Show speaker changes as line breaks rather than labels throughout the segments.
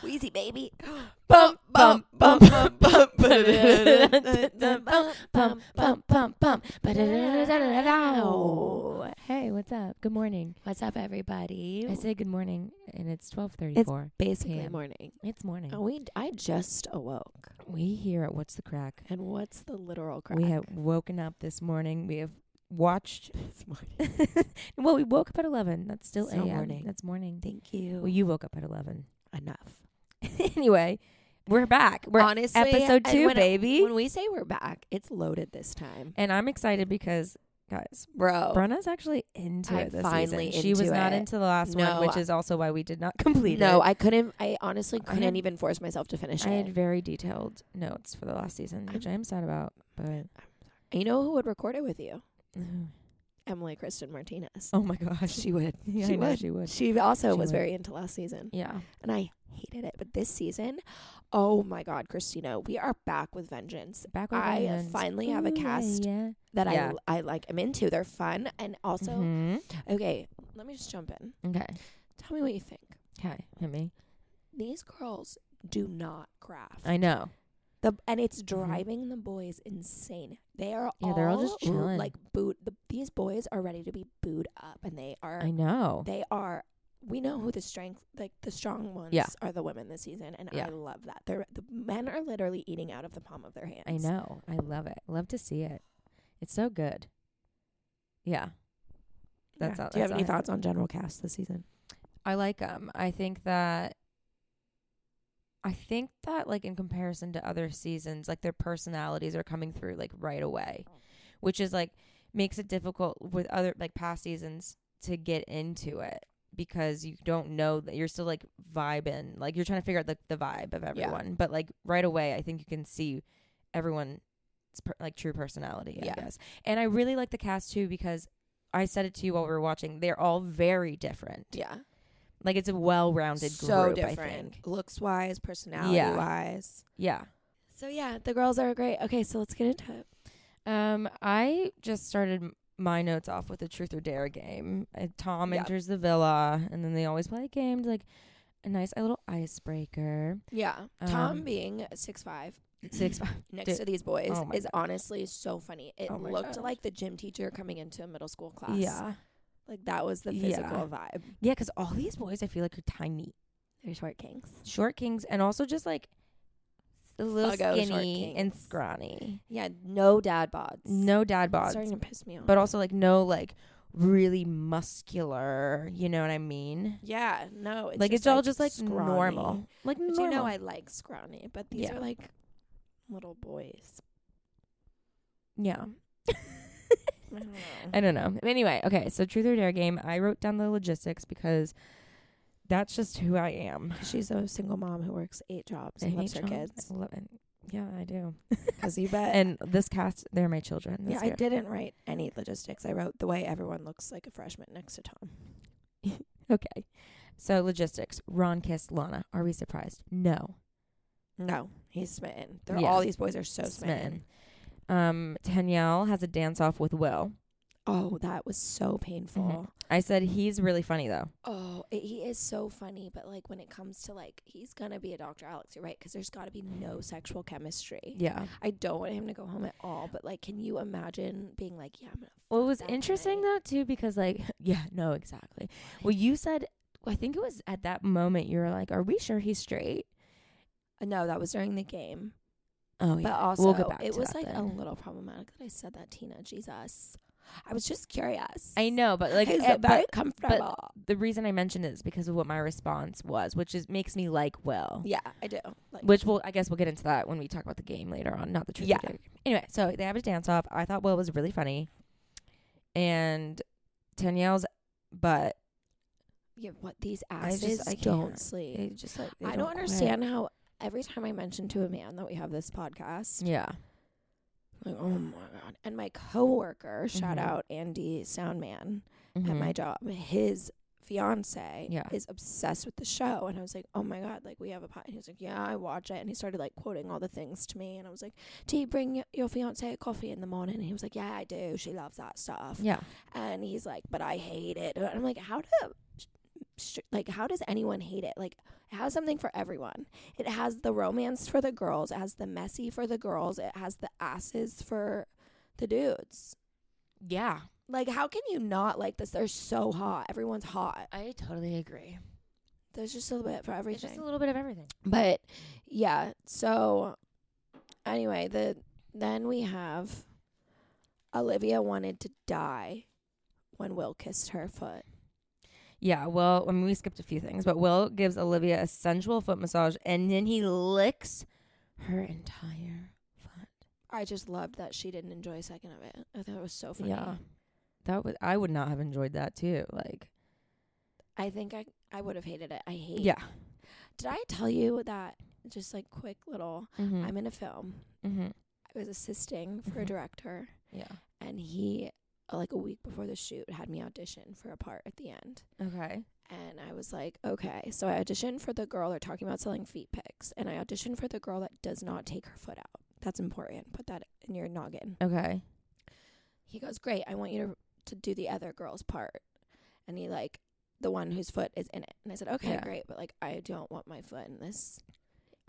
crazy, baby.
Bump, bump, bump, bump, bump,
Pum, pum, pum, pum. Ba-da-da-da-da-da-da.
Hey, what's up? Good morning.
What's up, everybody?
I say good morning, and it's twelve thirty-four.
basically
Pam.
morning.
It's morning.
And Oh, We, I just awoke.
We here at What's the Crack?
And what's the literal crack?
We have woken up this morning. We have watched. well, we woke up at eleven. That's still
Still
a.m.
morning.
That's morning.
Thank you.
Well, you woke up at eleven.
enough.
anyway, we're back. We're
Honestly,
episode
I-
two,
when I-
baby.
when we say we're back, it's loaded this time,
and I'm excited because, guys,
bro.
Brenna's actually into
I'm
it this
finally
season. She was
into
not
it.
into the last
No.
one, which is also why we did not complete it.
No, I couldn't. I honestly
I
couldn't
had-
even force myself to finish
I
it.
had very detailed notes for the last season, which I am sad about. But
you know who would record it with you? Emily Kristen Martinez.
oh my gosh, she would. Yeah,
She
I know
would.
she would.
She also
She
was
would.
very into last season,
Yeah,
and I hated it. But this season, oh my God, Christina, we are back with vengeance.
back with
I
Lions.
finally have a
Ooh, yeah,
cast
Yeah.
that
Yeah.
I I like. I'm into. They're fun, and also
Mhm.
okay. Let me just jump in.
okay.
Tell me what you think.
Okay, hit me.
These girls do not craft.
I know.
The and it's driving the boys insane. They are
Yeah,
all,
they're all just chilling.
like booed. The, these boys are ready to be booed up, and they are
I know.
they are. We know who the strength like the strong ones
Yeah.
are the women this season, and
Yeah.
I love that. They're the men are literally eating out of the palm of their hands.
I know. I love it. Love to see it. It's so good. Yeah. That's all-
Do you have any
that's all I have.
thoughts on general cast this season?
I like 'em. I think that I think that like in comparison to other seasons, like their personalities are coming through like right away, which is like makes it difficult with other like past seasons to get into it because you don't know that you're still like vibing, like you're trying to figure out like the vibe of everyone. But like right away, I think you can see everyone's per- like true personality.
Yeah.
I guess, and I really like the cast too because I said it to you while we were watching. They're all very different.
Yeah,
Like it's a well-rounded
so
group.
different,
I think.
looks wise, personality wise.
Yeah.
So yeah, the girls are great. Okay, so let's get into it.
Um, I just started m- my notes off with a truth or dare game. Uh, Tom
Yeah.
enters the villa, and then they always play a game, to, like a nice little icebreaker.
Yeah, Tom
Um,
being six five,
Six. five.
next
Dude.
to these boys
Oh my
is honestly so funny. It
Oh my
looked
gosh.
like the gym teacher coming into a middle school class.
Yeah.
Like that was the
Yeah.
physical vibe.
Yeah, because all these boys, I feel like are tiny,
They're short kings.
short kings, and also just like a little
Fuggo short
skinny and
kings.
scrawny.
Yeah, no dad bods.
No dad
It's
bods,
starting to piss me off.
but also like no like really muscular. You know what I mean?
yeah, no, it's
like
just
it's all just like
scrawny.
normal. Like
But
normal.
you know, I like scrawny, but these
Yeah.
are like little boys.
yeah.
I don't know.
I don't know. Anyway, okay, so truth or dare game. I wrote down the logistics because that's just who I am.
She's a single mom who works eight jobs
I
and
hate
loves her
children.
kids.
I love it. Yeah, I do.
Because you bet.
And this cast, they're my children.
yeah,
this
I
year.
didn't write any logistics. I wrote the way everyone looks like a freshman next to Tom.
Okay. So logistics. Ron kissed Lana. Are we surprised? No.
No, he's smitten. They're
Yeah.
all these boys are so smitten.
Smitten. Um, Danielle has a dance off with Will.
Oh, that was so painful.
I said he's really funny though.
Oh, it, he is so funny, but like when it comes to like he's gonna be a Dr. Alex, you're right? Because there's got to be no sexual chemistry.
Yeah.
I don't want him to go home at all, but like, can you imagine being like, yeah, I'm gonna.
Well, it
fuck
was
that
interesting
guy.
though too because like yeah, no, exactly. Well, you said I think it was at that moment you were like, "Are we sure he's straight?"
Uh, No, that was during the game,
Oh
but also
we'll get back
it
to
was
that
like a
then.
little problematic that I said that, Tina. Jesus, I was just curious.
I know, but like,
He's
eh,
very
but
comfortable.
the reason I mentioned it is because of what my response was, which is makes me like Will.
yeah, I do. Like,
Which we'll, I guess we'll get into that when we talk about the game later on, not the truth. or
Yeah.
dare. Anyway, so they have a dance off. I thought Will was really funny, and Danielle's butt.
yeah, what these
I just-
asses
I
don't
can't.
sleep.
They just like they
I don't,
quit.
understand how every time I mention to a man that we have this podcast,
Yeah.
like, oh my god! And my coworker, shout
Mhm.
out Andy Soundman at
Mhm.
my job, his fiance
Yeah.
is obsessed with the show, and I was like, oh my god, like we have a pod. And he was like, yeah, I watch it, and he started like quoting all the things to me, and I was like, do you bring y- your fiance a coffee in the morning? And he was like, yeah, I do. She loves that stuff,
yeah.
and he's like, but I hate it. And I'm like, how do str- like how does anyone hate it? Like it has something for everyone. It has the romance for the girls, it has the messy for the girls, it has the asses for the dudes.
Yeah,
Like how can you not like this? They're so hot. Everyone's hot.
I totally agree.
There's just a little bit for everything.
It's just a little bit of everything.
But yeah, so anyway, the then we have Olivia wanted to die when Will kissed her foot.
Yeah, well, I mean, we skipped a few things, but Will gives Olivia a sensual foot massage and then he licks her entire foot.
I just loved that she didn't enjoy a second of it. I thought it was so funny.
Yeah. That would I would not have enjoyed that too. Like,
I think I I would have hated it. I hate.
yeah.
Did I tell you that? Just like quick little.
Mm-hmm.
I'm in a film.
mm-hmm.
I was assisting for a
Mhm.
director,
Yeah.
and he uh, like a week before the shoot had me audition for a part at the end.
Okay.
And I was like, okay. So I auditioned for the girl. They're talking about selling feet pics. And I auditioned for the girl that does not take her foot out. That's important. Put that in your noggin.
Okay.
He goes, great. I want you to, to do the other girl's part. And he, like, the one whose foot is in it. And I said, okay,
Yeah.
great. But, like, I don't want my foot in this.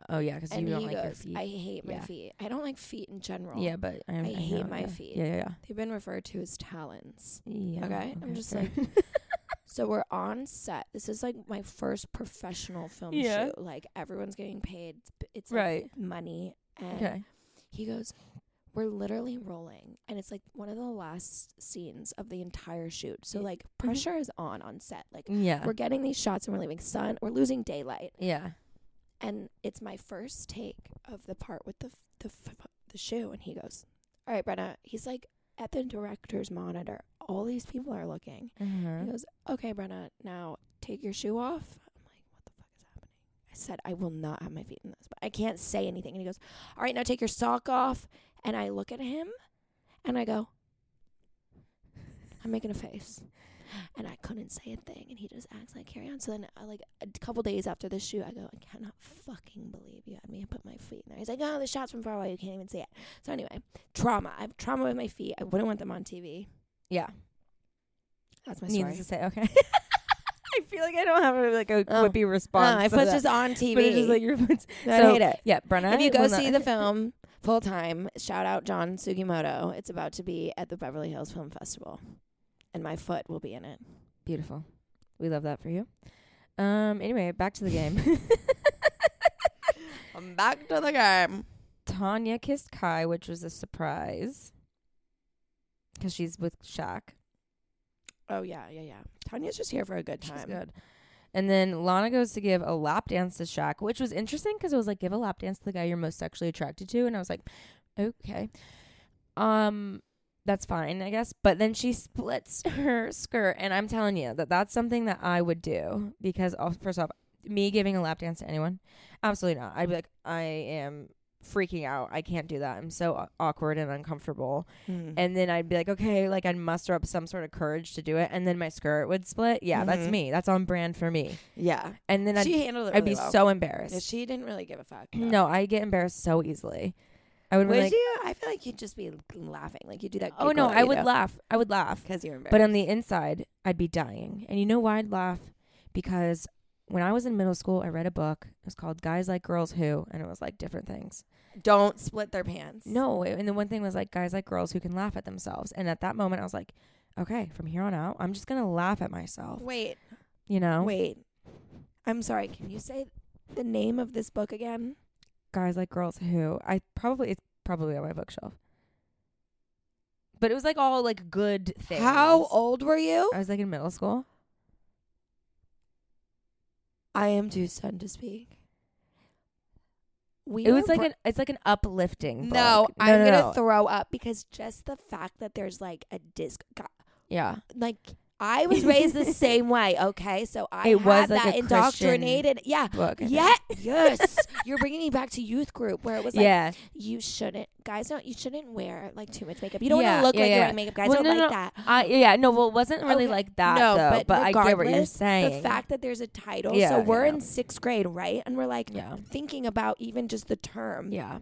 Oh yeah, because you
and
don't
he
like your
goes,
feet.
I hate my
Yeah.
feet. I don't like feet in general.
yeah, but I, I
hate
know,
my
yeah.
feet.
Yeah, yeah, yeah.
They've been referred to as talons.
Yeah,
Okay, I'm just eh.
fair.
So we're on set. This is like my first professional film
Yeah.
shoot. Like everyone's getting paid. It's like,
Right.
money. And
okay.
he goes, "We're literally rolling," and it's like one of the last scenes of the entire shoot. So
Y- mm-hmm.
like pressure is on on set. Like
Yeah.
we're getting these shots and we're leaving sun. We're losing daylight,
yeah.
and it's my first take of the part with the f- the f- the shoe. And he goes, "All right, Brenna." He's like at the director's monitor. All these people are looking. He
Uh-huh.
goes, "Okay, Brenna, now take your shoe off." I'm like, "What the fuck is happening?" I said, "I will not have my feet in this, but I can't say anything." And he goes, "All right, now take your sock off." And I look at him, and I go, "I'm making a face," and I couldn't say a thing. And he just acts like carry on. So then, I, like a couple days after the shoot, I go, "I cannot fucking believe you had me put my feet in there." He's like, "Oh, the shot's from far away. You can't even see it." So anyway, trauma. I have trauma with my feet. I wouldn't want them on TV.
Yeah.
That's my story.
Needless to say, okay. I feel like I don't have a, like a
Oh.
quippy
Uh,
response.
my
for
foot's
that.
just on TV.
But it's just like your foot's.
I
so-
hate it.
Yeah, Brenna.
If you go
will not-
see the film full time, shout out John Sugimoto. It's about to be at the Beverly Hills Film Festival, and my foot will be in it.
Beautiful. We love that for you. Um. Anyway, back to the game.
I'm back to the game.
Tanya kissed Kai, which was a surprise. Because she's with Shaq.
Oh yeah, yeah, yeah. Tanya's just here for a good
She's
time.
good. And then Lana goes to give a lap dance to Shaq, which was interesting because it was like give a lap dance to the guy you're most sexually attracted to, and I was like, okay, um, that's fine, I guess. But then she splits her skirt, and I'm telling you that that's something that I would do because uh, first off, me giving a lap dance to anyone, absolutely not. I'd be like, I am freaking out. I can't do that. I'm so au- awkward and uncomfortable.
Hmm.
and then I'd be like, okay, like I'd muster up some sort of courage to do it, and then my skirt would split. Yeah, that's
Mhm.
me. That's on brand for me.
yeah,
And then I'd,
she handled it.
I'd be
really well.
so
Yeah,
embarrassed.
She didn't really give a fuck. though.
No, I get embarrassed so easily. I would,
would
be like,
you? I feel like you'd just be laughing, like you do that.
oh no, I would laugh. I would laugh.
because you're
But
embarrassed.
on the inside, I'd be dying. And you know why I'd laugh? Because when I was in middle school, I read a book. It was called Guys Like Girls Who, and it was like different things.
Don't split their pants.
No, and the one thing was like guys like girls who can laugh at themselves. And at that moment, I was like, okay, from here on out, I'm just gonna laugh at myself.
wait,
You know,
wait. I'm sorry. Can you say the name of this book again?
guys like girls who I probably it's probably on my bookshelf. But it was like all like good things.
How old were you?
I was like in middle school.
I am too stunned to speak. We
It was
were
like
br-
an it's like an uplifting. Book.
no, I'm
no,
gonna
no.
throw up because just the fact that there's like a disc, go-
yeah.
like I was raised the same way. Okay, so I
It
had
was like
that
a Christian
indoctrinated. Yeah,
Book. I think.
yeah, yes. You're bringing me back to youth group where it was like
yeah.
you shouldn't, guys. Don't you shouldn't wear like too much makeup. You don't want
Yeah,
to look
yeah,
like you're
yeah.
wearing makeup. Guys
Well,
don't
no,
like
no,
that.
I yeah. No. Well, it wasn't really
Okay.
like that
No,
though.
but
But, I get what you're
regardless, The
saying.
fact that there's a title.
Yeah,
so we're
yeah.
in sixth grade, right? And we're like
Yeah.
thinking about even just the term.
Yeah.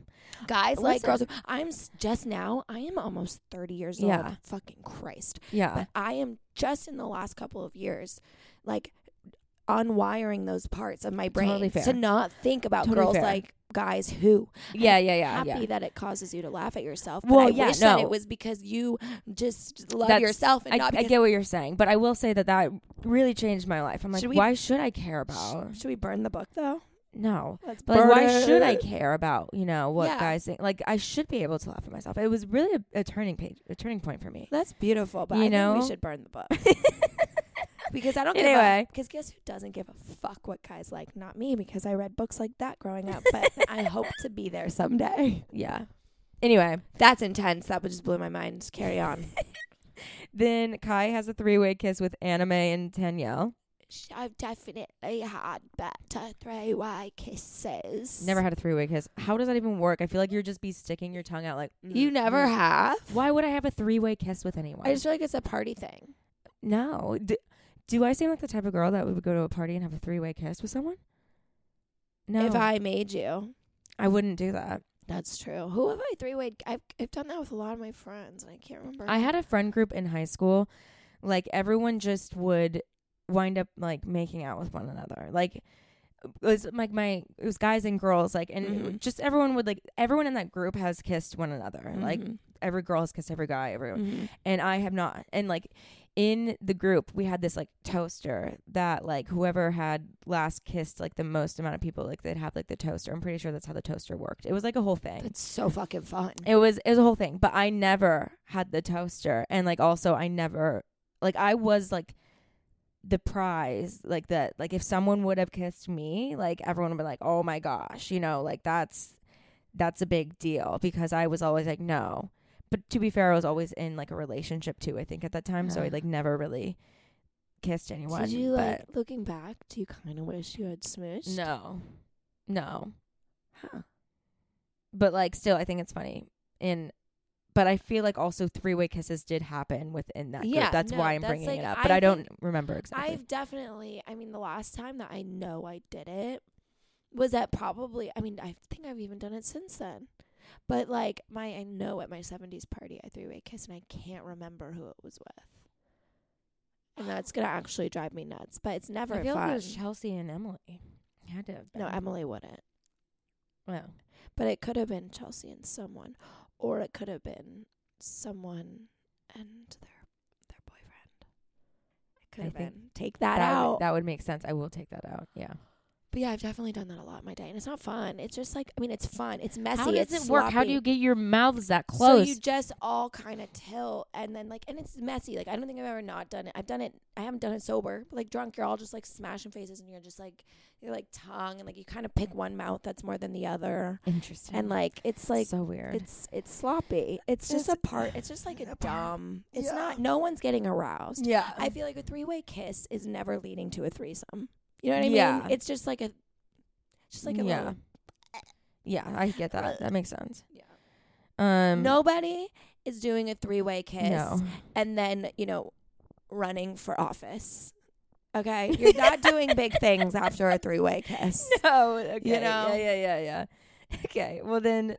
guys like girls.
Listen.
I'm s- just now. I am almost thirty years
Yeah.
old. Fucking Christ!
Yeah.
But I am just in the last couple of years, like unwiring those parts of my brain
Totally fair.
to not think about
Totally
girls
fair.
like guys who.
yeah, yeah, yeah,
happy
yeah.
that it causes you to laugh at yourself. But
Well,
I
yeah,
wish that
no.
it was because you just love
That's-
yourself and
I,
not
I
because.
get what you're saying, but I will say that that really changed my life. I'm like,
Should we-
why should I care about?
Sh- should we burn the book though?
No,
Let's
but uh, like,
burn
why should I
it.
care about? You know what
Yeah.
guys think? Like, I should be able to laugh at myself. It was really a, a turning page, a turning point for me.
That's beautiful, but
You
I think
know?
we should burn the book because I don't give
Anyway.
Because guess who doesn't give a fuck what guys like? Not me, because I read books like that growing up. But I hope to be there someday.
yeah. Anyway,
That's intense. That would just blew my mind. Carry on.
then Kai has a three-way kiss with Anime and Danielle.
I've definitely had better three-way kisses.
Never had a three-way kiss. How does that even work? I feel like you're just be sticking your tongue out. Like mm,
You never
mm.
have.
Why would I have a three-way kiss with anyone?
Mm-hmm. I just feel like it's a party thing.
no. Do, do I seem like the type of girl that would go to a party and have a three-way kiss with someone? No,
If I made you,
I wouldn't do that.
that's true. Who have I three way? I've I've done that with a lot of my friends, and I can't remember.
I had a friend group in high school. Like everyone just would wind up like making out with one another. Like it was like my it was guys and girls like and
Mhm.
just everyone would like everyone in that group has kissed one another. Like
Mhm.
every girl has kissed every guy, everyone.
Mhm.
And I have not. And like in the group we had this like toaster that like whoever had last kissed like the most amount of people like they'd have like the toaster. I'm pretty sure that's how the toaster worked. It was like a whole thing.
That's so fucking fun.
It was it was a whole thing, but I never had the toaster, and like also I never like I was like the prize, like that like if someone would have kissed me, like everyone would be like, oh my gosh, you know, like that's that's a big deal because I was always like no, but to be fair, I was always in like a relationship too. I think at that time, so I
Yeah.
like never really kissed anyone.
Did you
but
like looking back? Do you kind of wish you had smooched?
no, no. But like, still, I think it's funny. And but I feel like also three way kisses did happen within that.
Yeah,
group. that's
no,
why I'm
that's,
bringing
like,
it up.
I
But I, don't
think-
remember exactly.
I've definitely. I mean, the last time that I know I did it was that probably. I mean, I think I've even done it since then. But like my, I know at my '70s party I three way kissed, and I can't remember who it was with. And that's gonna actually drive me nuts. But it's never
I feel like
fun.
it was Chelsea and Emily. Had to have
no,
been.
Emily wouldn't.
Wow.
But it could have been Chelsea and someone, or it could have been someone and their their boyfriend. It could
I
have
think
been. Take that,
that
out.
Would, that would make sense. I will take that out. Yeah.
but yeah, I've definitely done that a lot in my day, and it's not fun. It's just like I mean, it's fun. It's messy.
How does
it's
it work? How do
sloppy.
you get your mouths that close?
So you just all kind of tilt, and then like, and it's messy. Like I don't think I've ever not done it. I've done it. I haven't done it sober. But, like drunk, you're all just like smashing faces, and you're just like you're like tongue, and like you kind of pick one mouth that's more than the other,
Interesting.
and like it's like
so weird.
It's it's sloppy. It's just
It's-
a part. It's just like a dumb. It's
Yeah.
not. No one's getting aroused.
yeah.
I feel like a three way kiss is never leading to a threesome. You know what I
Yeah.
mean? It's just like a, just like a
yeah.
little- Uh,
yeah, I get that. That makes sense.
Yeah.
Um
Nobody is doing a three way kiss
No.
and then you know running for office. Okay, you're not doing big things after a three way kiss.
No, Oh, okay.
You know?
Yeah, yeah, yeah, yeah. Okay. Well then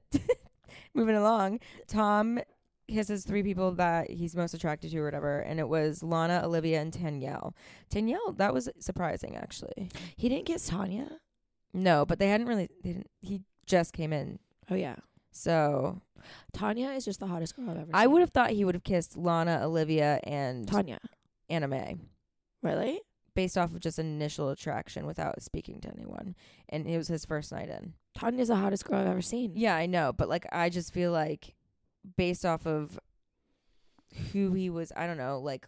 moving along, Tom kisses three people that he's most attracted to or whatever, and it was Lana, Olivia, and Danielle. Danielle, that was surprising actually.
He didn't kiss Tanya.
No, but they hadn't really they didn't he just came in.
Oh yeah,
So
Tanya is just the hottest girl I've ever.
I
seen.
would have thought he would have kissed Lana, Olivia, and
Tanya.
Anime.
Really?
based off of just initial attraction without speaking to anyone. And it was his first night in.
Tanya's the hottest girl I've ever seen.
Yeah, I know, but like I just feel like based off of who he was, I don't know, like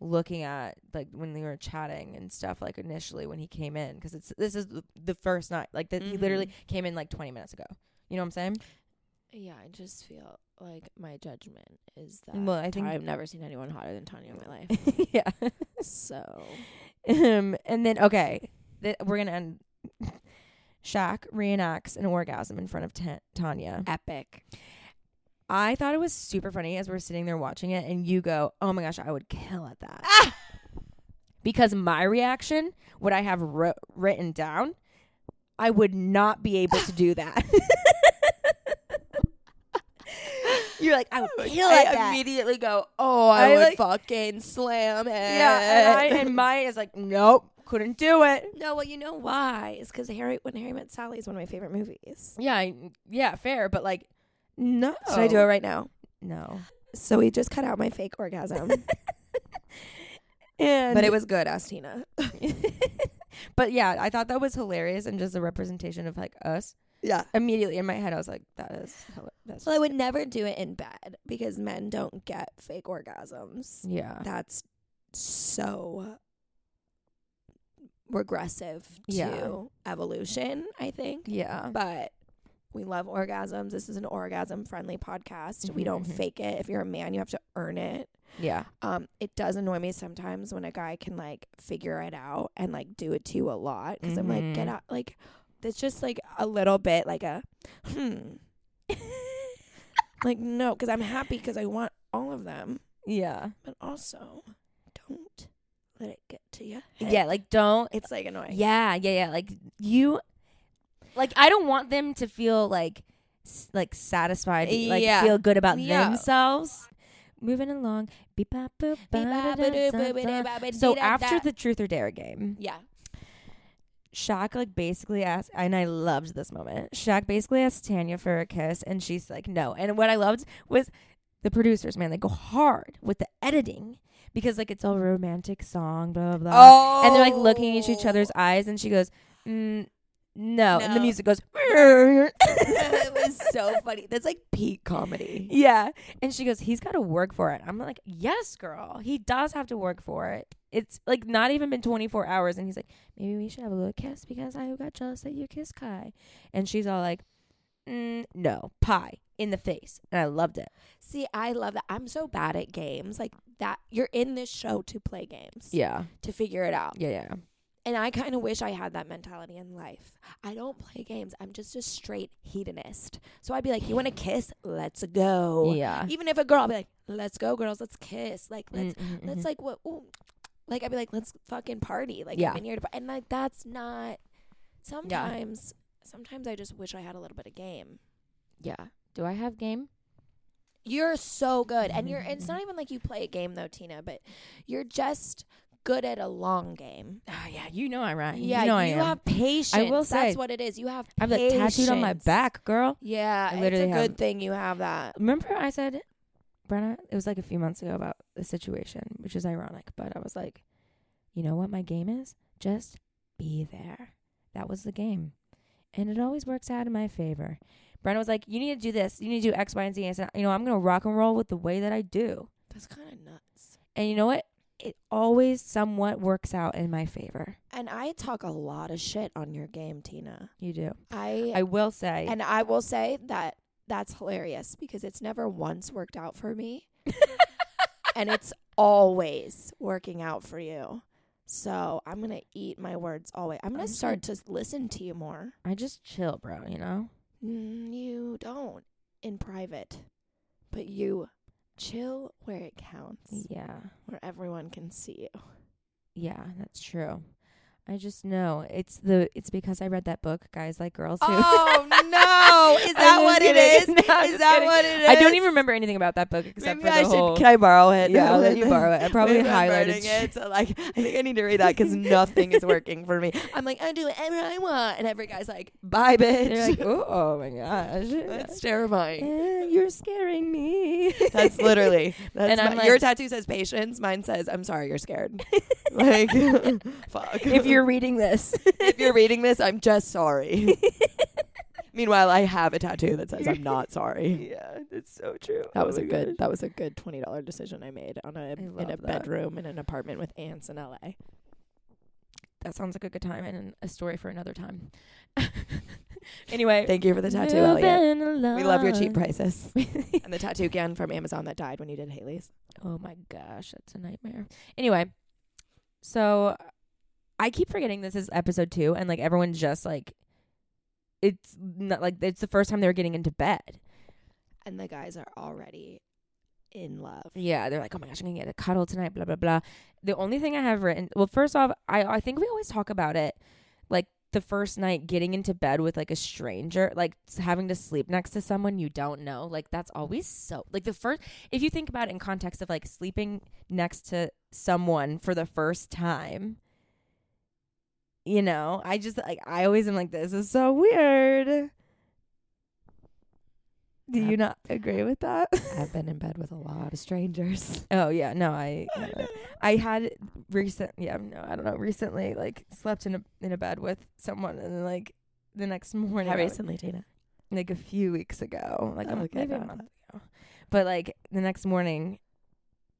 looking at like when they were chatting and stuff like initially when he came in because it's this is the- the first night like that he literally came in like 20 minutes ago you know what i'm saying
Yeah, I just feel like my judgment is that
Well, I
I
think-
have never seen anyone hotter than Tanya in my life.
yeah
so
um and then okay th- we're gonna end Shaq reenacts an orgasm in front of Ta- Tanya.
epic.
I thought it was super funny as we're sitting there watching it, and you go, "Oh my gosh, I would kill at that." Because my reaction, what I have wr- written down, I would not be able to do that.
You're like, I would
Like,
kill
I
at that.
immediately go, oh, I,
I
would
like-
fucking slam it.
Yeah,
and,
and I-
my is like, nope, couldn't do it.
no, well, you know why? It's because Harry, when Harry Met Sally, is one of my favorite movies.
Yeah, I, yeah, fair, but like, no.
Should I do it right now?
No.
So we just cut out my fake orgasm,
And
but it was good, asked Tina.
but yeah, I thought that was hilarious and just a representation of like us.
Yeah.
Immediately in my head, I was like, that is, hila- that's
Well, I
just-
would never do it in bed because men don't get fake orgasms.
yeah,
That's so regressive
Yeah.
to evolution, I think.
yeah,
But we love orgasms. This is an orgasm friendly podcast. We
Mhm,
don't
mhm.
fake it. If you're a man, you have to earn it.
yeah,
Um, it does annoy me sometimes when a guy can like figure it out and like do it to you a lot because I'm like, get
Mhm.
out. Like, that's just like a little bit like a hmm. like, no, because I'm happy because I want all of them,
yeah,
but also don't let it get to you.
yeah. Like, don't
It's like annoying.
Yeah, yeah, yeah. Like you, like I don't want them to feel like s- like satisfied, like
Yeah.
feel good about
Yeah.
themselves. Moving along, beep, bop, boop, ba, da, da, da, da. so after the truth or dare game,
yeah.
Shaq like basically asked, and I loved this moment. Shaq basically asked Tanya for a kiss, and she's like, no. And what I loved was the producers, man, they go hard with the editing because like it's all romantic song, blah blah blah
Oh.
and they're like looking into each other's eyes and she goes mm, no. and the
No.
music goes
it was so funny. That's like peak comedy.
yeah and she goes he's got to work for it i'm like yes girl he does have to work for it it's like not even been 24 hours and he's like maybe we should have a little kiss because i got jealous that you kissed kai and she's all like mm, no pie in the face and i loved it
See, I love that. I'm so bad at games. Like that you're in this show to play games.
yeah
To figure it out.
yeah yeah
And I kind of wish I had that mentality in life. I don't play games. I'm just a straight hedonist. So I'd be like, "You want to kiss? Let's go."
yeah
Even if a girl, I'd be like, "Let's go, girls. Let's kiss." Like, let's
Mm, mm,
let's
mhm.
like what? Ooh. Like I'd be like, "Let's fucking party." Like
Yeah.
I'm in here to, par- and like that's not. Sometimes, sometimes I just wish I had a little bit of game.
yeah do i have game
You're so good. And you're it's not even like you play a game though, Tina, but you're just good at a long game.
oh yeah you know i rhyme
Yeah,
you know i
you
am
have patience.
say,
that's what it is. You have
I have that tattooed on my
patience.
back, girl. I
Yeah,
literally
it's a good
have-
thing you have that.
Remember I said, Brenna, it was like a few months ago about the situation, which is ironic, but I was like, you know what my game is? Just be there. That was the game. And it always works out in my favor. Brenna was like, you need to do this. You need to do X, Y, and Z. And I said, you know, I'm going to rock and roll with the way that I do.
That's kind of nuts.
And you know what? It always somewhat works out in my favor.
And I talk a lot of shit on your game, Tina.
You do.
I,
I will say.
and I will say that that's hilarious because it's never once worked out for me and it's always working out for you. So, I'm going to eat my words always. I'm going
I'm
to start to listen to you more.
I just chill, bro, you know?
Mm, you don't in private, but you chill where it counts,
Yeah.
where everyone can see you.
Yeah, that's true. I just know it's the it's because I read that book, guys like girls who.
Oh no! Is
I'm
that
just
what it
kidding.
is?
No, I'm
is
just
that
kidding.
what it is?
I don't even remember anything about that book except
Maybe
for the
I should.
whole.
Can I borrow it?
yeah, I'll let you borrow it. I probably
Maybe I'm
highlighted
burning it. So like, I think I need to read that because nothing is working for me. I'm like, I do whatever I want, and every guy's like, "Bye, bitch."
They're like, oh, oh my gosh,
that's terrifying.
Eh, you're scaring me.
That's literally. That's
And I'm
my-
like-
your tattoo says patience. Mine says, "I'm sorry, you're scared." like, fuck.
if you're reading this,
if you're reading this, I'm just sorry. Meanwhile, I have a tattoo that says I'm not sorry.
yeah, that's so true.
That was a good. That was a good twenty dollar decision Oh I made on a in
love
a
that.
bedroom in an apartment with ants in LA.
That sounds like a good time and a story for another time. anyway,
Thank you for the tattoo, Elliot. We love your cheap prices. and the tattoo gun from Amazon that died when you did Haley's.
Oh my gosh, that's a nightmare. Anyway, so I keep forgetting this is episode two, and like everyone just like it's not like it's the first time they're getting into bed.
And the guys are already in love.
Yeah, they're like, oh my gosh, I'm gonna get a cuddle tonight, blah blah blah. The only thing I have written, well, first off, I I think we always talk about it, like the first night getting into bed with like a stranger, like s- having to sleep next to someone you don't know, like that's always so like the first if you think about it in context of like sleeping next to someone for the first time, you know, I just like I always am like this is so weird. Do you not agree with that?
I've been in bed with a lot of strangers.
oh yeah, no, I I had recent yeah no I don't know recently like slept in a in a bed with someone and then like the next morning
How
I would-
recently, Tina?
like a few weeks ago like a m-
Okay,
maybe a
not
month ago but like the next morning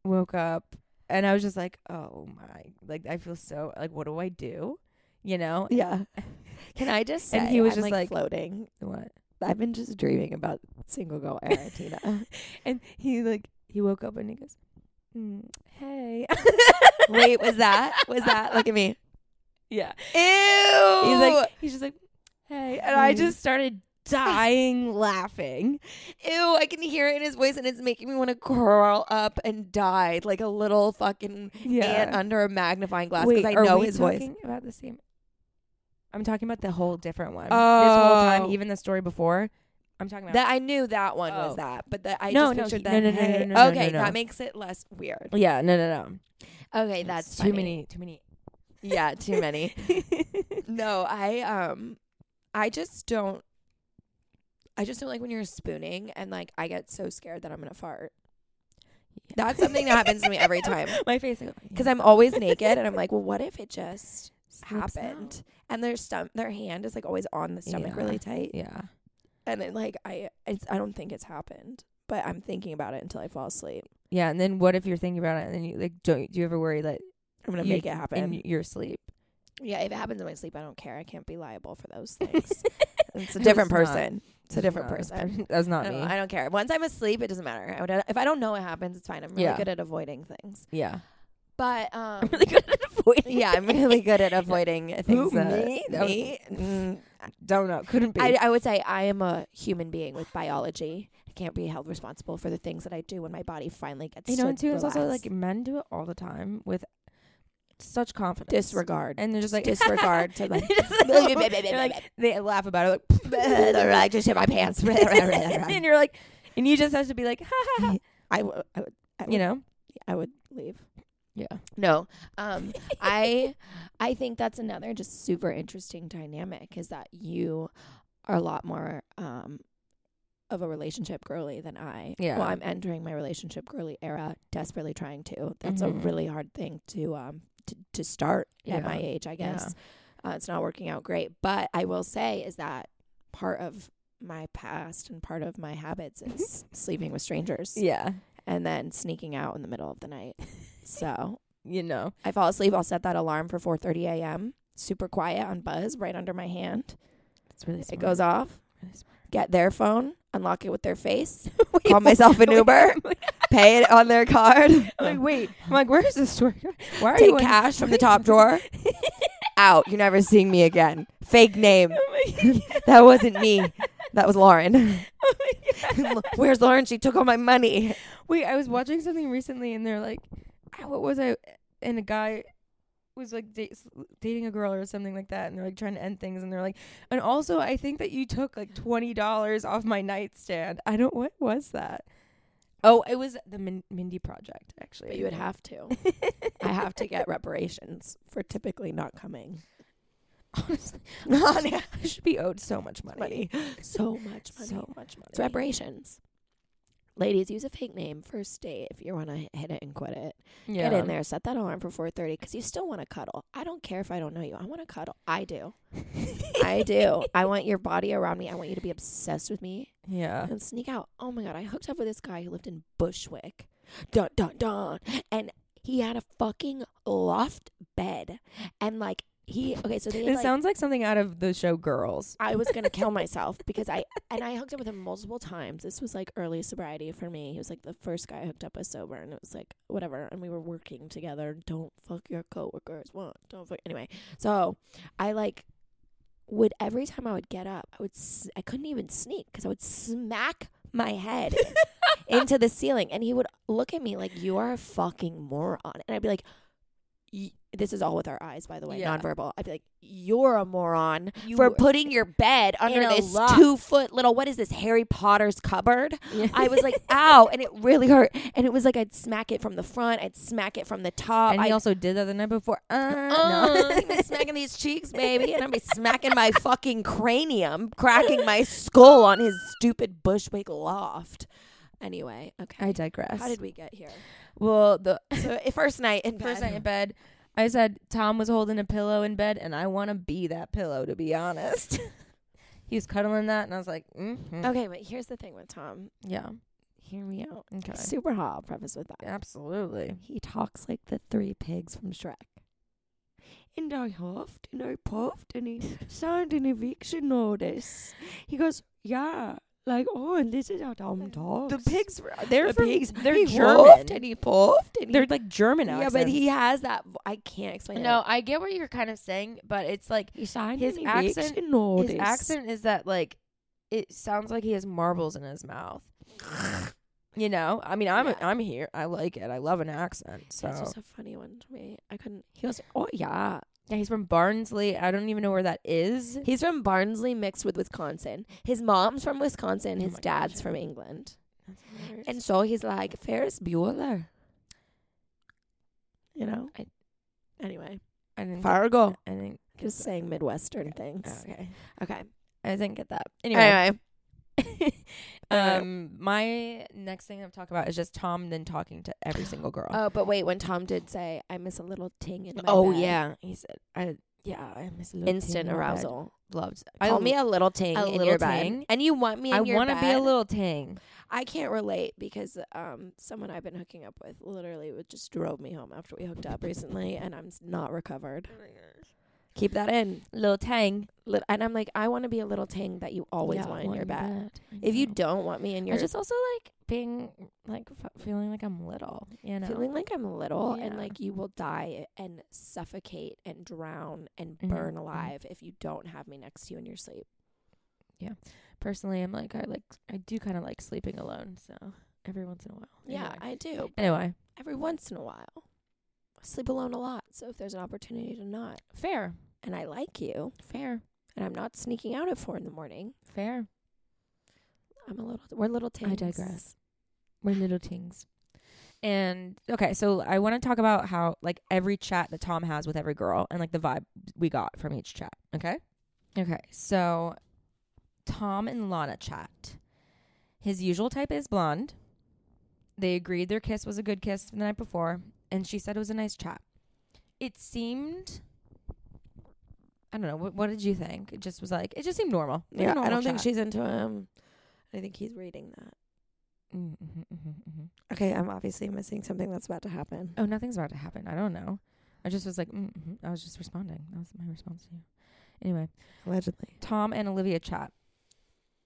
woke up and I was just like oh my like I feel so like what do I do you know
Yeah. Can I just say?
And he was
I'm,
just
like,
like-
floating.
what
I've been just dreaming about single girl era, Tina.
and he like he woke up and he goes mm, hey
Wait, was that? Was that? Look at me.
yeah
Ew.
He's like, he's just like, hey, and I just started dying laughing.
Ew, I can hear it in his voice and it's making me want to curl up and die like a little fucking ant under a magnifying glass because I
are
know
we
his voice.
talking About the same. I'm talking about the whole different one. this whole
Oh.
time, even the story before. I'm talking about.
That I knew that one was
Oh.
that, but that I
No,
just
no,
pictured
he-
that.
no, no, no,
hey-
no, no, no,
okay,
no,
that
no.
makes it less weird.
yeah, no, no, no.
Okay,
It's
that's
too
funny.
many. Too many.
Yeah, too many. no, I um, I just don't. I just don't like when you're spooning, and like I get so scared that I'm gonna fart. That's something that happens to me every time.
My face, because
because I'm always naked, and I'm like, well, what if it just
Slips
happened? And their stom- their hand is like always on the stomach
Yeah.
really tight,
Yeah.
and then like I, it's I don't think it's happened, but I'm thinking about it until I fall asleep.
Yeah, and then what if you're thinking about it, and then you like, don't do you ever worry that
I'm gonna
you-
make it happen.
in your sleep?
yeah, if it happens in my sleep, I don't care. I can't be liable for those things. it's a
No,
different
it's not.
person. It's a different person.
That was
I
not
don't,
me.
I don't care. Once I'm asleep, it doesn't matter. I would, if I don't know what happens, it's fine. I'm really
Yeah.
good at avoiding things.
Yeah.
But um,
good at avoiding.
yeah, I'm really good at avoiding things. that-
me? That was-
me? Mm,
Don't know. Couldn't be.
I, I would say I am a human being with biology. I can't be held responsible for the things that I do when my body finally gets.
you know,
to
and too, it's also
relax.
like men do it all the time with such confidence.
disregard.
And they're just like,
disregard to like.
they're like, they laugh about it.
I just hit my pants.
Like, and
I,
you're like, and you just have to be like, ha, ha, ha,
w- I would, I would,
you know?
I would leave.
Yeah.
No, um, I, I think that's another just super interesting dynamic is that you are a lot more um of a relationship girly than I.
Yeah.
Well, I'm entering my relationship girly era, desperately trying to. That's
Mhm.
a really hard thing to um to, to start at
Yeah.
my age. I
Yeah.
guess uh, it's not working out great, but I will say is that part of my past and part of my habits is sleeping with strangers
Yeah.
and then sneaking out in the middle of the night. So
You know?
I fall asleep. I'll set that alarm for 4:30 a.m. Super quiet on Buzz, right under my hand.
It's really smart.
It goes off.
Really smart.
Get their phone, unlock it with their face,
Wait,
call myself an
wait,
Uber,
I'm like-
pay it on their card,
I'm like, wait. I'm like, where's the story? going? Why are
take
you in-
cash from the top drawer. Out. You're never seeing me again. Fake name.
Oh my God.
That wasn't me. That was Lauren.
Oh my God.
Where's Lauren? She took all my money.
Wait, I was watching something recently, and they're like, ah, "What was I?" And a guy was like da- s- dating a girl or something like that, and they're like trying to end things, and they're like, "And also, I think that you took like twenty dollars off my nightstand. I don't. What was that? Oh, it was the Min- Mindy Project, actually.
But you would have to. I have to get reparations for typically not coming.
honestly.
Money.
I should be owed so much money.
So much money.
So much money.
It's reparations. Ladies, use a fake name first date if you want to hit it and quit it.
Yeah.
Get in there, set that alarm for 4:30 because you still want to cuddle. I don't care if I don't know you. I want to cuddle. I do. I do. I want your body around me. I want you to be obsessed with me
Yeah.
and sneak out. Oh my god, I hooked up with this guy who lived in Bushwick. Dun dun dun. And he had a fucking loft bed and like he okay, so they
It
had, like,
sounds like something out of the show Girls.
I was gonna kill myself because I and I hooked up with him multiple times. This was like early sobriety for me. He was like the first guy I hooked up with sober, and it was like whatever. And we were working together. Don't fuck your coworkers. Well, don't fuck anyway. So I like would every time I would get up, I would s- I couldn't even sneak because I would smack my head into the ceiling, and he would look at me like you are a fucking moron, and I'd be like. "Y- this is all with our eyes, by the way,
Yeah.
nonverbal. I'd be like, "You're a moron
You
for
were-
putting your bed under
In a
this
loft."
two foot little what is this Harry Potter's cupboard?" I was like, "Ow!" and it really hurt. And it was like I'd smack it from the front, I'd smack it from the top.
and he
I'd,
also did that the night before. Uh,
uh,
no.
I'd be smacking these cheeks, baby, and I'd be smacking my fucking cranium, cracking my skull on his stupid Bushwick loft. Anyway, okay.
I digress.
How did we get here?
well, the
So first night in
first
bed.
night in bed, I said Tom was holding a pillow in bed, and I want to be that pillow, to be honest. he was cuddling that, and I was like, mm-hmm.
Okay, but here's the thing with Tom.
yeah,
Hear me out.
okay,
Super hot. I'll preface with that.
absolutely.
He talks like the three pigs from Shrek. And I huffed and I puffed and he signed an eviction notice. He goes, Yeah, like, oh, and this is how Tom talks.
were they're
The
from-
pigs,
They're
he
German.
huffed and he puffed and he-
they're like German
Yeah,
accents.
but he has that. vo- I can't explain
No,
it.
I get what you're kind of saying, but it's like
He signed
his
an
accent-
eviction notice.
his accent is that like it sounds like he has marbles in his mouth. You know, I mean, I'm
Yeah.
I'm here. I like it. I love an accent. So
It's just a funny one to me. I couldn't. He goes, Oh, yeah.
yeah, he's from Barnsley. I don't even know where that is.
He's from Barnsley mixed with Wisconsin. His mom's from Wisconsin.
Oh
His
my
dad's
gosh.
from England. And so he's like Ferris Bueller. You know?
I-
anyway.
I didn't. Oh,
Fargo.
I didn't. oh,
Just saying Midwestern things.
Okay.
Okay.
I didn't get that. Anyway,
Anyway.
um, my next thing I'm talking about is just Tom then talking to every single girl.
Oh, but wait, when Tom did say, I miss a little ting in my
oh
bed,"
yeah, he said. I yeah, I miss a little
Instant
ting in my bed.
arousal.
Loved.
Call me a little ting
a
in
little
your bed.
ting.
And you want me in
I
your
want to be a
bed?
little ting.
I can't relate because um, someone I've been hooking up with literally would- just drove me home after we hooked up recently, and I'm s- not recovered.
Oh
Keep that in.
Little tang.
Lit- And I'm like, I want to be a little ting that you always
Yeah,
want in
one
your bed.
I
If you
know.
don't want me in your
I just also like being like f- feeling like I'm little, you know.
feeling like I'm little and
Yeah.
like you will die and suffocate and drown and
Mhm,
burn
mhm.
alive if you don't have me next to you in your sleep.
Personally, I'm like I like I do kind of like sleeping alone, so every once in a while.
Yeah,
Anyway.
I do.
Anyway,
Every once in a while, I sleep alone a lot. So if there's an opportunity to not,
fair,
and I like you,
fair,
and I'm not sneaking out at four in the morning.
fair.
I'm a little. We're little tings.
I digress. We're little tings. And okay, so I want to talk about how like every chat that Tom has with every girl and like the vibe we got from each chat, okay? Okay. So Tom and Lana chat. His usual type is blonde. They agreed their kiss was a good kiss from the night before, and she said it was a nice chat. It seemed I don't know, what, what did you think? It just was like it just seemed normal. like a
Yeah, I
normal
don't think
chat.
she's into him. I think he's reading that.
Mm, mhm, mhm, mhm.
Okay, I'm obviously missing something that's about to happen.
Oh, nothing's about to happen. I don't know. I just was like, mm mhm. I was just responding. That was my response to you. Anyway,
Allegedly,
Tom and Olivia chat.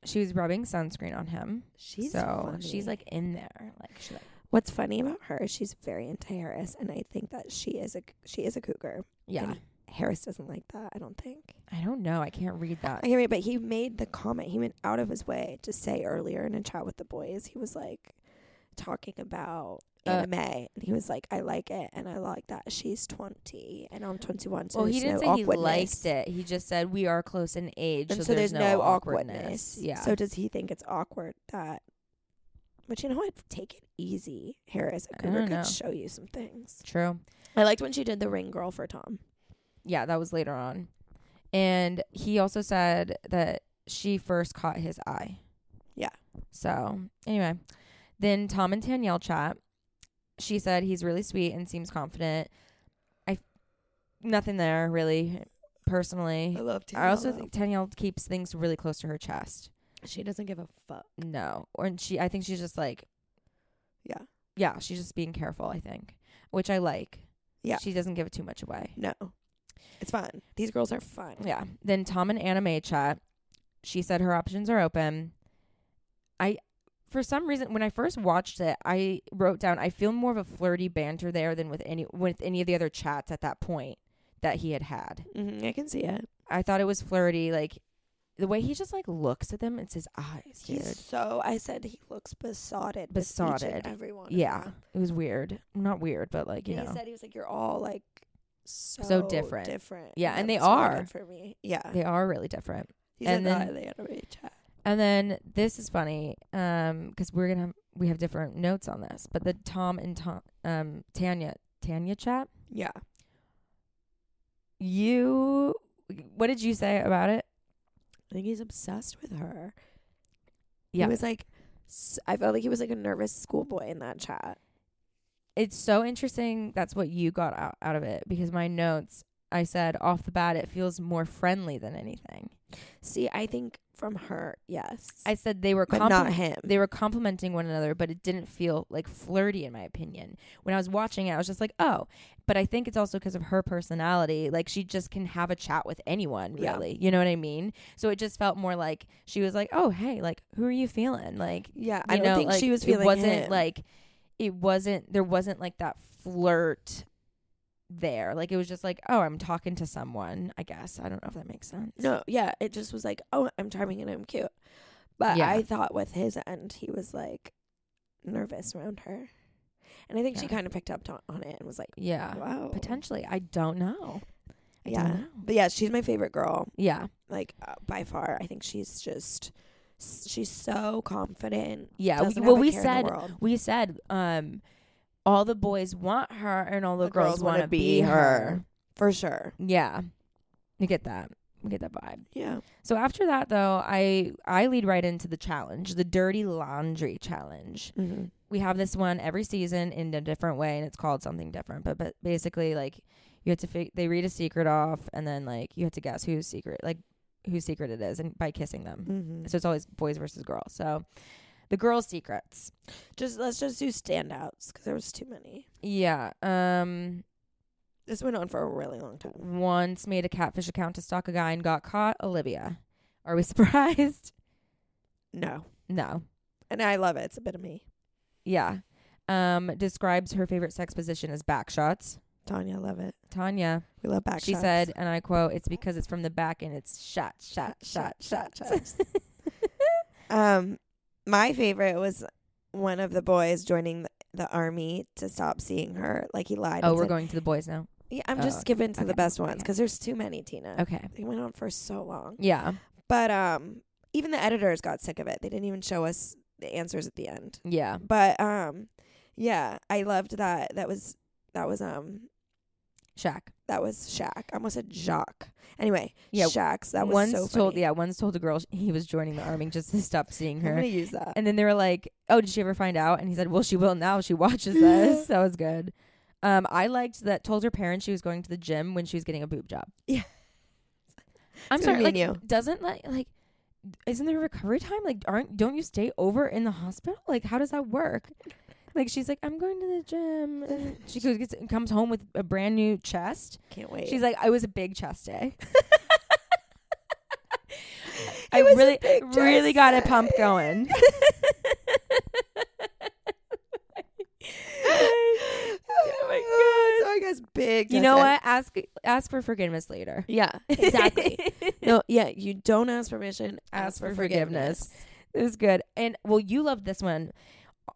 She was rubbing sunscreen on him,
she's
so
funny.
she's like in there, like she's like,
What's funny about her is she's very into Harris, and I think that she is a she is a cougar.
yeah.
And Harris doesn't like that. I don't think.
I don't know. I can't read that.
I hear you, but he made the comment. He went out of his way to say earlier in a chat with the boys. He was like talking about
Uh,
anime, and he was like, "I like it, and I like that she's twenty, and I'm twenty one, so
well, he
there's
didn't
no
say he liked
awkwardness."
it. He just said we are close in age,
and
so, there's, no awkwardness. Yeah.
So does he think it's awkward that? But you know what? Take it easy, Harris. A
I
cougar
don't know.
could show you some things.
True.
I liked when she did the ring girl for Tom.
Yeah, that was later on. And he also said that she first caught his eye.
Yeah.
So, anyway, then Tom and Danielle chat. She said he's really sweet and seems confident. I nothing there really personally.
love.
I also think Danielle keeps things really close to her chest.
she doesn't give a fuck.
No, or and she I think she's just like
Yeah.
yeah, she's just being careful, I think, which I like.
Yeah.
She doesn't give it too much away.
No, it's fun. These girls are fun.
Yeah. Then Tom and anime chat. She said her options are open. I, for some reason, when I first watched it, I wrote down I feel more of a flirty banter there than with any with any of the other chats at that point that he had had.
hmm I can see it.
I thought it was flirty, like the way he just like looks at them. It's his eyes, dude.
He's so. I said he looks besotted. With each
Besotted.
and everyone.
yeah, it was weird. Not weird, but like you
And
know,
he said he was like, "You're all like so,
different.
different.
Yeah, and they
that's really
are.
good for me. Yeah,
They are really different.
he's and
and then-
the anime chat.
And then this is funny um because we're gonna have, we have different notes on this, but the Tom and Tom um Tanya Tanya chat.
Yeah,
You what did you say about it?
I think he's obsessed with her.
Yeah.
he was like, s- I felt like he was like a nervous schoolboy in that chat.
It's so interesting. That's what you got out, out of it because my notes. I said off the bat, it feels more friendly than anything.
See, I think from her, yes,
I said they were
but
compli-
not him.
they were complimenting one another, but it didn't feel like flirty in my opinion. When I was watching it, I was just like, oh. But I think it's also because of her personality. Like she just can have a chat with anyone,
Yeah.
really. You know what I mean? So it just felt more like she was like, oh hey, like who are you feeling? Like
yeah,
you
I don't
know,
think
like,
she was feeling
it wasn't
him.
like it wasn't there wasn't like that flirt there. Like it was just like, oh, I'm talking to someone. I guess I don't know if that makes sense.
No, yeah, it just was like, oh, I'm charming and I'm cute. But
Yeah.
I thought with his end, he was like nervous around her, and I think she
Yeah.
kind of picked up to- on it and was like,
Yeah.
wow,
Potentially, I don't know. I
yeah.
don't know.
But yeah, she's my favorite girl,
Yeah.
like uh, by far. I think she's just s- she's so confident.
Yeah. We,
doesn't
well,
have a
we
care in the
said
world.
we said um, all the boys want her and all the, girls, want to be, her.
for sure.
Yeah, we get that. We get that vibe.
Yeah,
So after that, though, I I lead right into the challenge, the dirty laundry challenge.
mm-hmm.
We have this one every season in a different way, and it's called something different. But but basically, like you have to fig- they read a secret off, and then like you have to guess whose secret like whose secret it is, and by kissing them.
Mm-hmm.
So it's always boys versus girls. So the girls' secrets.
just let's just do standouts because there was too many.
Yeah. Um
This went on for a really long time.
once made a catfish account to stalk a guy and got caught, Olivia. Are we surprised?
No,
No.
and I love it. It's a bit of me.
Yeah. Um describes her favorite sex position as back shots.
Tanya, love it.
Tanya,
We love back
she
shots.
said, and I quote, it's because it's from the back and it's shot, shot, shot, shot, shot.
Um, my favorite was one of the boys joining the, the army to stop seeing her. Like he lied.
oh,
and
we're
said-
going to the boys now.
Yeah, I'm
oh,
just skipping to the
okay,
best ones
okay.
because there's too many, Tina.
Okay.
They went on for so long.
Yeah.
But um, even the editors got sick of it. They didn't even show us the answers at the end.
Yeah.
But um, yeah, I loved that. That was that was um
Shaq.
that was Shaq. I almost said Jacques. Anyway,
Yeah,
yeah, Shaq's. That was
once
so funny.
told yeah, once told a girl sh- he was joining the army just to stop seeing
I'm
her.
gonna use that.
And then they were like, "Oh, did she ever find out?" And he said, "Well, she will now. She watches us." that was good. Um, I liked that. Told her parents she was going to the gym when she was getting a boob job.
Yeah.
I'm
It's
sorry.
between
Like,
you.
doesn't like like isn't there recovery time? Like, aren't don't you stay over in the hospital? Like, how does that work? Like, she's like, "I'm going to the gym." And she goes gets, comes home with a brand new chest.
Can't wait.
She's like, "I was a big chest day." I
It was a
really,
big
really
chest
got a pump
day.
going.
oh my god! So I guess big.
You know what? Ask ask for forgiveness later.
Yeah, exactly. no, yeah, you don't ask permission. Ask,
Ask
for,
for
forgiveness.
It was good. And well, you loved this one.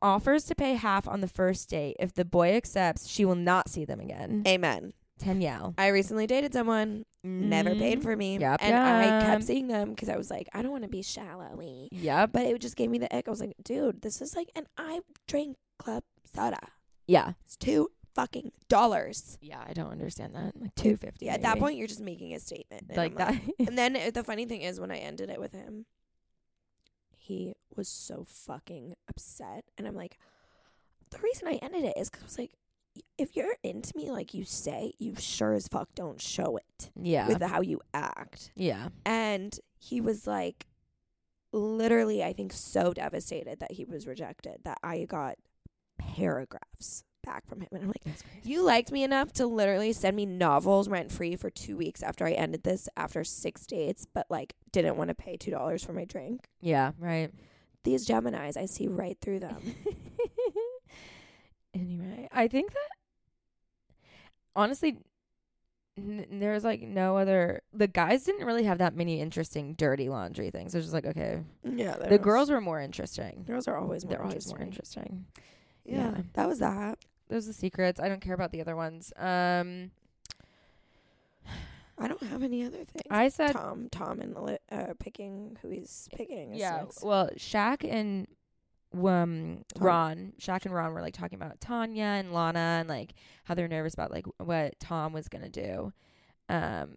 Offers to pay half on the first date. If the boy accepts, she will not see them again.
Amen.
Tanyelle.
I recently dated someone, never paid
Mm-hmm.
for me,
Yup,
and I
yup.
kept seeing them because I was like, I don't want to be shallowy.
Yep.
But it just gave me the ick. I was like, dude, this is like, and I drink club soda.
Yeah.
It's two fucking dollars.
Yeah, I don't understand that. Like two fifty.
Yeah, at that point, you're just making a statement. and
like
I'm
that.
and then uh, the funny thing is when I ended it with him, he was so fucking upset, and I'm like, the reason I ended it is because I was like, "Y- if you're into me like you say, you sure as fuck don't show it
yeah.
with how you act.
yeah.
And he was like, literally, I think so devastated that he was rejected that I got paragraphs back from him, and I'm like.
That's crazy.
You liked me enough to literally send me novels rent free for two weeks after I ended this after six dates, but like didn't want to pay two dollars for my drink.
Yeah. Right.
These Geminis, I see right through them.
Um, anyway, I think that honestly, n- there's like no other. The guys didn't really have that many interesting dirty laundry things. It was just like okay,
Yeah,
the girls were more interesting.
girls are always more
They're always more
interesting.
interesting.
Yeah,
Yeah.
that was that.
Those are the secrets. I don't care about the other ones. Um,
I don't have any other things.
I said
Tom, Tom, and li- uh, picking who he's picking. is
Yeah.
next.
Well, Shaq and um
Tom.
Ron, Shaq and Ron were like talking about Tanya and Lana and like how they're nervous about like what Tom was gonna do. Um,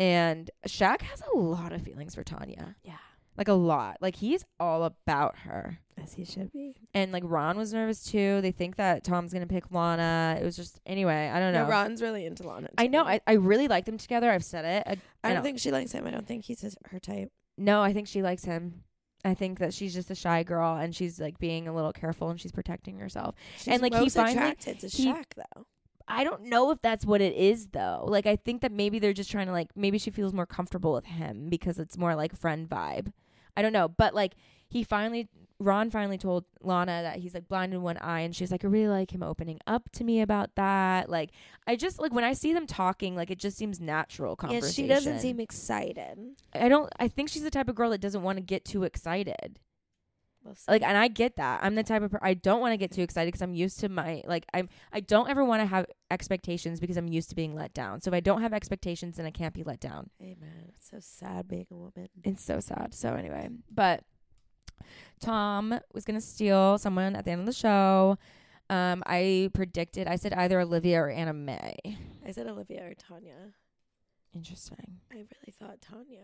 and Shaq has a lot of feelings for Tanya.
Yeah.
Like a lot. Like he's all about her.
as he should be.
And like Ron was nervous too. They think that Tom's gonna pick Lana. It was just anyway. I don't know.
No, Ron's really into Lana.
I
too.
know. I, I really like them together. I've said it. I,
I
know.
don't think she likes him. I don't think he's his, her type.
No, I think she likes him. I think that she's just a shy girl and she's like being a little careful and she's protecting herself.
She's
like, he
most
finally-
attracted to
he-
Shaq though.
I don't know if that's what it is though. Like I think that maybe they're just trying to like maybe she feels more comfortable with him because it's more like friend vibe. I don't know, but like he finally Ron finally told Lana that he's like blind in one eye and she's like I really like him opening up to me about that. Like I just like when I see them talking like it just seems natural
Yeah,
conversation.
she doesn't seem excited.
I don't I think she's the type of girl that doesn't want to get too excited. like and i get that i'm the type of per- i don't want to get too excited because i'm used to my like i'm i don't ever want to have expectations because i'm used to being let down so if i don't have expectations then i can't be let down
Amen. It's so sad being a woman.
it's so sad so anyway but tom was gonna steal someone at the end of the show um i predicted i said either olivia or anna may
I said Olivia or Tanya.
interesting
I really thought Tanya.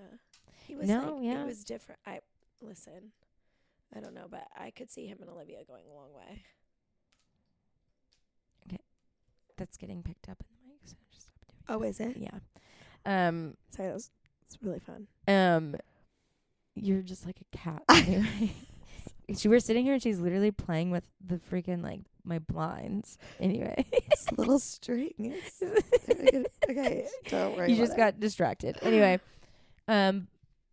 He was
No,
like,
yeah.
it was different. I listen. I don't know, but I could see him and Olivia going a long way.
that's getting picked up in the mic so just stop doing
Oh, is it?
it. yeah um
Sorry, that was it's really fun.
Um, you're just like a cat. Anyway. she we're sitting here and she's literally playing with the freaking like my blinds. Anyway,
It's little string. It's really good. Okay, don't worry.
you just got distracted. Anyway, um,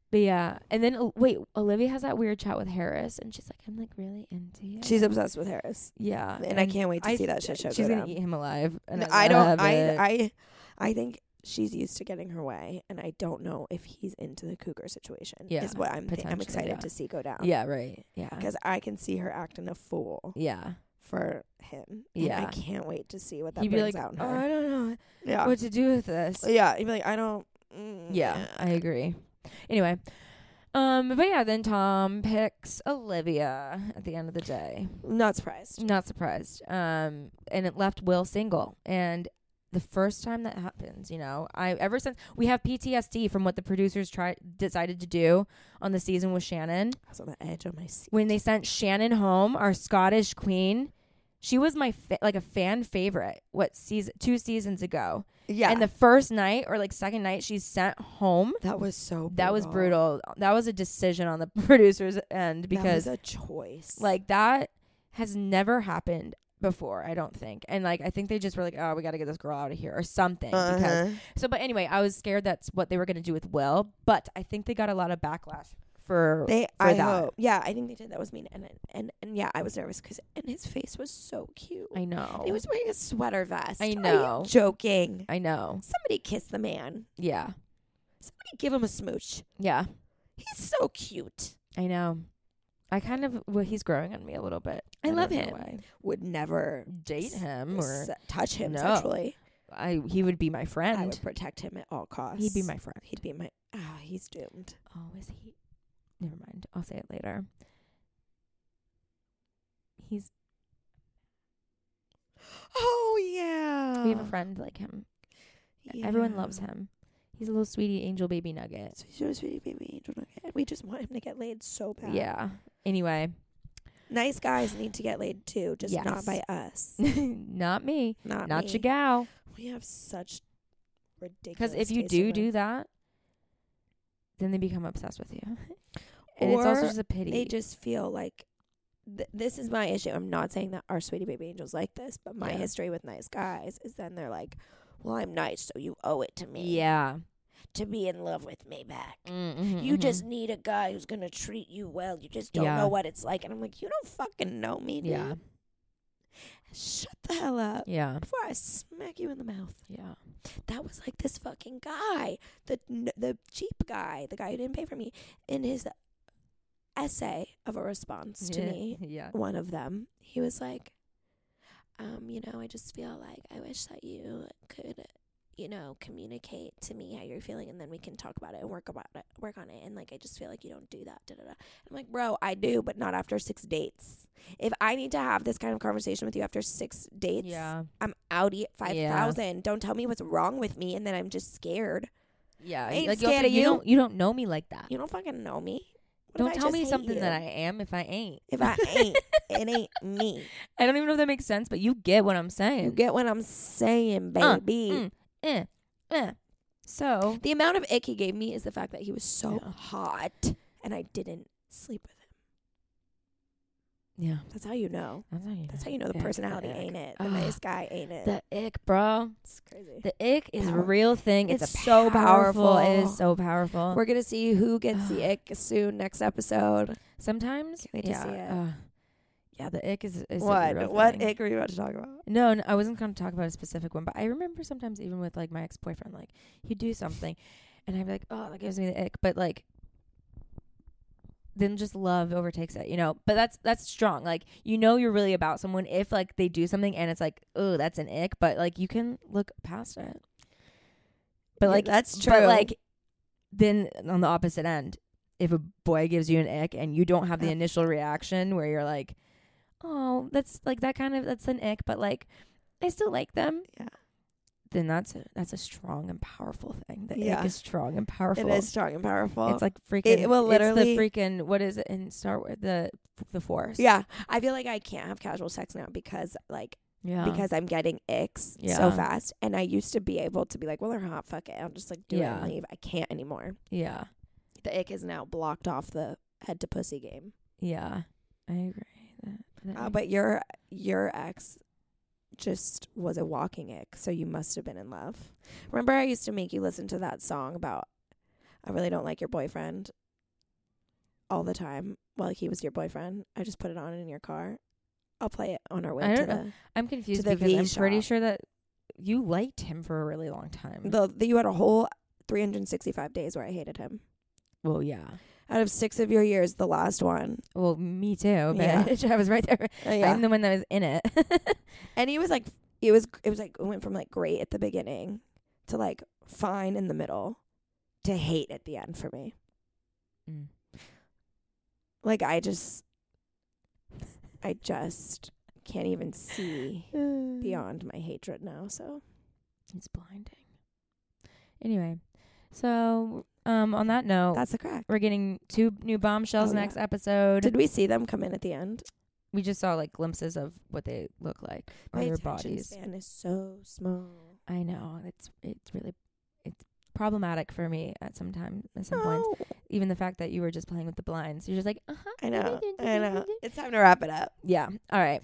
but yeah, and then oh, wait, Olivia has that weird chat with Harris, and she's like, "I'm like really into you."
She's obsessed with Harris,
yeah,
and I can't wait to
I-
see that shit show.
She's
go
gonna
down.
eat him alive. And
No, I don't.
love
I,
it.
I I think she's used to getting her way, and I don't know if he's into the cougar situation.
Yeah,
is what I'm. Th- I'm
potentially,
excited
yeah.
to see go down.
yeah, right. Yeah,
because I can see her acting a fool
yeah.
for him. and
Yeah.
I can't wait to see what that
He'd be
brings
like,
out in
"Oh,
her.
I don't know
yeah,
what to do with this.
yeah. He'd be like, I don't. Mm,
Yeah, I agree. Anyway, um, but yeah, then Tom picks Olivia at the end of the day.
not surprised.
Not surprised. Um, and it left Will single. And the first time that happens, you know, I ever since we have PTSD from what the producers tried decided to do on the season with Shannon
I was on the edge of my seat.
when they sent Shannon home, our Scottish queen. She was my fa- like a fan favorite. What season? Two seasons ago.
Yeah,
And the first night or like second night, she's sent home.
that was so. Brutal.
That was brutal. That was a decision on the producer's end because
that was a choice.
like that has never happened before, I don't think. And like I think they just were like, "Oh, we got to get this girl out of here" or something because
Uh-huh.
so but anyway, I was scared that's what they were going to do with Will, but I think they got a lot of backlash for
They, I
that.
hope. Yeah, I think they did. That was mean, and and and yeah, I was nervous because and his face was so cute.
I know.
He was wearing a sweater vest.
I
Are you
know.
joking.
I know.
Somebody kiss the man.
Yeah.
Somebody give him a smooch.
Yeah.
He's so cute.
I know. I kind of well, he's growing on me a little bit.
I love
don't know
him.
why.
Would never
Date
S-
him or
s- touch him
No.
sexually.
I he would be my
I
friend.
would protect him at all costs.
He'd be my friend.
He'd be my. Oh, he's doomed.
Oh, is he? Never mind. I'll say it later. He's.
Oh yeah.
We have a friend like him. Everyone loves him. He's a little sweetie angel baby nugget.
Sweet, sweet, sweet baby angel nugget. We just want him to get laid so
Yeah.
bad.
Anyway,
Nice guys need to get laid too, just
Yes.
not by us.
not me.
Not
Not
me.
your gal.
We have such ridiculous.
Because if you
taste in
do
men.
do that, then they become obsessed with you, and it's also
Or
just a pity.
they just feel like th- this is my issue. I'm not saying that our sweetie baby angels like this, but my
Yeah.
history with nice guys is then they're like, "Well, I'm nice, so you owe it to me
yeah.
to be in love with me back.
Mm, mhm,
You
mhm.
just need a guy who's gonna treat you well. You just don't
Yeah.
know what it's like." And I'm like, "You don't fucking know me, dude.
mm-hmm. Yeah.
Shut the hell up."
Yeah.
Before I smack you in the mouth,
Yeah.
that was like this fucking guy, the the cheap guy, the guy who didn't pay for me, in his essay of a response to
yeah.
me
Yeah.
one of them, he was like, um, you know, I just feel like I wish that you could you know, communicate to me how you're feeling and then we can talk about it and work about it, work on it. And like, I just feel like you don't do that. Da, da, da. I'm like, bro, I do, but not after six dates. If I need to have this kind of conversation with you after six dates,
yeah.
I'm outy at 5,000. Don't tell me what's wrong with me. And then I'm just scared.
Yeah.
ain't
like, you also-
scared of
you
you.
don't you don't know me like that.
You don't fucking know me. What if
don't
I
tell
just
me
hate
something
you?
that I am if I ain't.
If I ain't, it ain't me.
I don't even know if that makes sense, but you get what I'm saying.
You get what I'm saying,
Uh,
baby.
mm, eh, eh. So
The amount of ick he gave me is the fact that he was so
Yeah.
hot and I didn't sleep with him.
yeah,
That's how you know.
that's how you.
That's how you know the
Ick, the
personality
ick.
ain't it. The
Ugh.
nice guy ain't it.
The ick, bro.
That's crazy.
The ick is a
Power-
real thing. It's,
It's
a so powerful. It
powerful.
is so powerful.
We're gonna see who gets the ick soon next episode.
Sometimes,
Can't wait to
yeah,
see it.
uh, yeah, the ick is, is a real
what? What
thing.
ick are you about to talk about?
No, no, I wasn't going to talk about a specific one, but I remember sometimes even with like my ex boyfriend, like he'd do something, and I'd be like, oh, that gives me the ick, but like. Then just love overtakes it, you know. But that's that's strong. Like you know, you're really about someone if like they do something and it's like, oh, that's an ick. But like you can look past it. But
Yeah,
like
that's
But
true.
like then on the opposite end, if a boy gives you an ick and you don't have the
Yeah.
initial reaction where you're like, oh, that's like that kind of that's an ick, but like I still like them.
Yeah.
Then that's a, that's a strong and powerful thing. The
Yeah.
ick is strong and powerful.
It is strong and powerful.
It's like freaking.
it will literally-
it's the freaking. What is it in Star Wars? The the Force.
yeah, I feel like I can't have casual sex now because like
Yeah.
because I'm getting icks so
Yeah.
fast, and I used to be able to be like, well, they're hot, fuck it, I'll just like do it
Yeah.
and leave. I can't anymore.
yeah.
The ick is now blocked off the head to pussy game.
Yeah. I agree. That, that
Uh,
makes-
but your your ex just was a walking ick, so you must have been in love. Remember, I used to make you listen to that song about I really don't like your boyfriend all the time while he was your boyfriend. I just put it on in your car. I'll play it on our way
I
to
don't know.
the,
I'm confused
the
because
V
I'm pretty
shop.
sure that you liked him for a really long time.
the, the. You had a whole 365 days where I hated him.
well, yeah.
Out of six of your years, the last one.
Well, me too. But
Yeah.
I was right there.
Uh, yeah.
I'm the one that was in it.
and he was like it was it was like it went from like great at the beginning to like fine in the middle to hate at the end for me
Mm.
like i just i just can't even see beyond my hatred now so
It's blinding. Anyway, so um, on that note,
that's the crack
we're getting two new bombshells
Oh, yeah.
next episode.
did we see them come in at the end
we just saw like glimpses of what they look like or
my
their
attention
bodies.
span is so small
I know it's it's really it's problematic for me at some time at some points.
Oh,
Even the fact that you were just playing with the blinds, you're just like, uh huh.
i know i know it's time to wrap it up
Yeah. All right.